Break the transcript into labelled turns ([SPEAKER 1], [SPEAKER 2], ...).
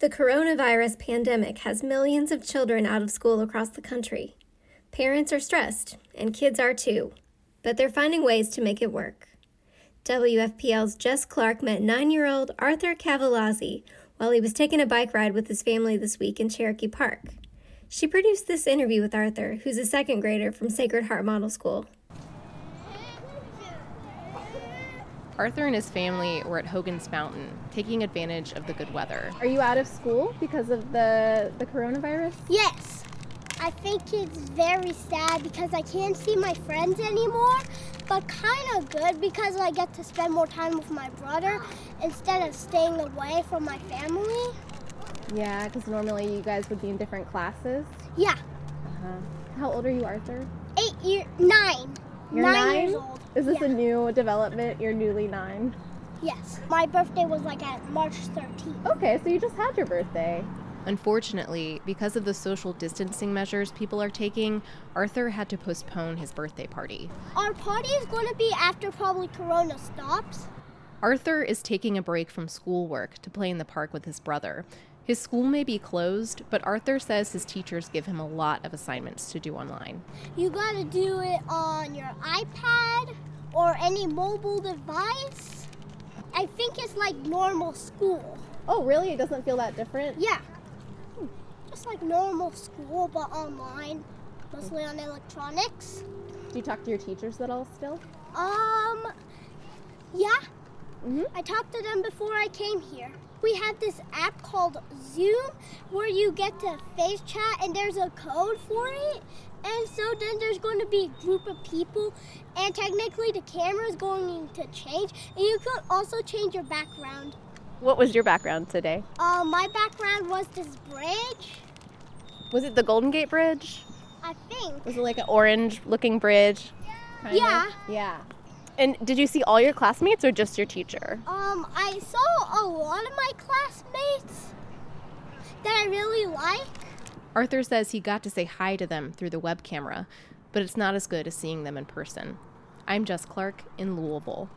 [SPEAKER 1] The coronavirus pandemic has millions of children out of school across the country. Parents are stressed, and kids are too, but they're finding ways to make it work. WFPL's Jess Clark met nine year old Arthur Cavallazzi while he was taking a bike ride with his family this week in Cherokee Park. She produced this interview with Arthur, who's a second grader from Sacred Heart Model School.
[SPEAKER 2] Arthur and his family were at Hogan's Mountain, taking advantage of the good weather.
[SPEAKER 3] Are you out of school because of the, the coronavirus?
[SPEAKER 4] Yes. I think it's very sad because I can't see my friends anymore, but kind of good because I get to spend more time with my brother instead of staying away from my family.
[SPEAKER 3] Yeah, because normally you guys would be in different classes.
[SPEAKER 4] Yeah.
[SPEAKER 3] Uh-huh. How old are you, Arthur?
[SPEAKER 4] Eight year, nine.
[SPEAKER 3] You're
[SPEAKER 4] years old.
[SPEAKER 3] Is this
[SPEAKER 4] Yeah.
[SPEAKER 3] a new development? You're newly nine.
[SPEAKER 4] Yes. My birthday was like at March 13th.
[SPEAKER 3] Okay, so you just had your birthday.
[SPEAKER 2] Unfortunately, because of the social distancing measures people are taking, Arthur had to postpone his birthday party.
[SPEAKER 4] Our party is going to be after probably Corona stops.
[SPEAKER 2] Arthur is taking a break from schoolwork to play in the park with his brother. His school may be closed, but Arthur says his teachers give him a lot of assignments to do online.
[SPEAKER 4] You got to do it on your iPad or any mobile device. I think it's like normal school.
[SPEAKER 3] Oh, really? It doesn't feel that different?
[SPEAKER 4] Yeah. Just like normal school, but online, mostly on electronics.
[SPEAKER 3] Do you talk to your teachers at all still?
[SPEAKER 4] Um, yeah.
[SPEAKER 3] Mhm.
[SPEAKER 4] I talked to them before I came here. We have this app called Zoom where you get to face chat and there's a code for it. And so then there's going to be a group of people, and technically the camera is going to change, and you could also change your background.
[SPEAKER 3] What was your background today?
[SPEAKER 4] Uh, my background was this bridge,
[SPEAKER 3] Was it the Golden Gate Bridge?
[SPEAKER 4] I think.
[SPEAKER 3] Was it like an orange looking bridge?
[SPEAKER 4] Yeah.
[SPEAKER 3] Yeah. And did you see all your classmates or just your teacher?
[SPEAKER 4] Um, I saw a lot of my classmates that I really like.
[SPEAKER 2] Arthur says he got to say hi to them through the web camera, but it's not as good as seeing them in person. I'm Jess Clark in Louisville.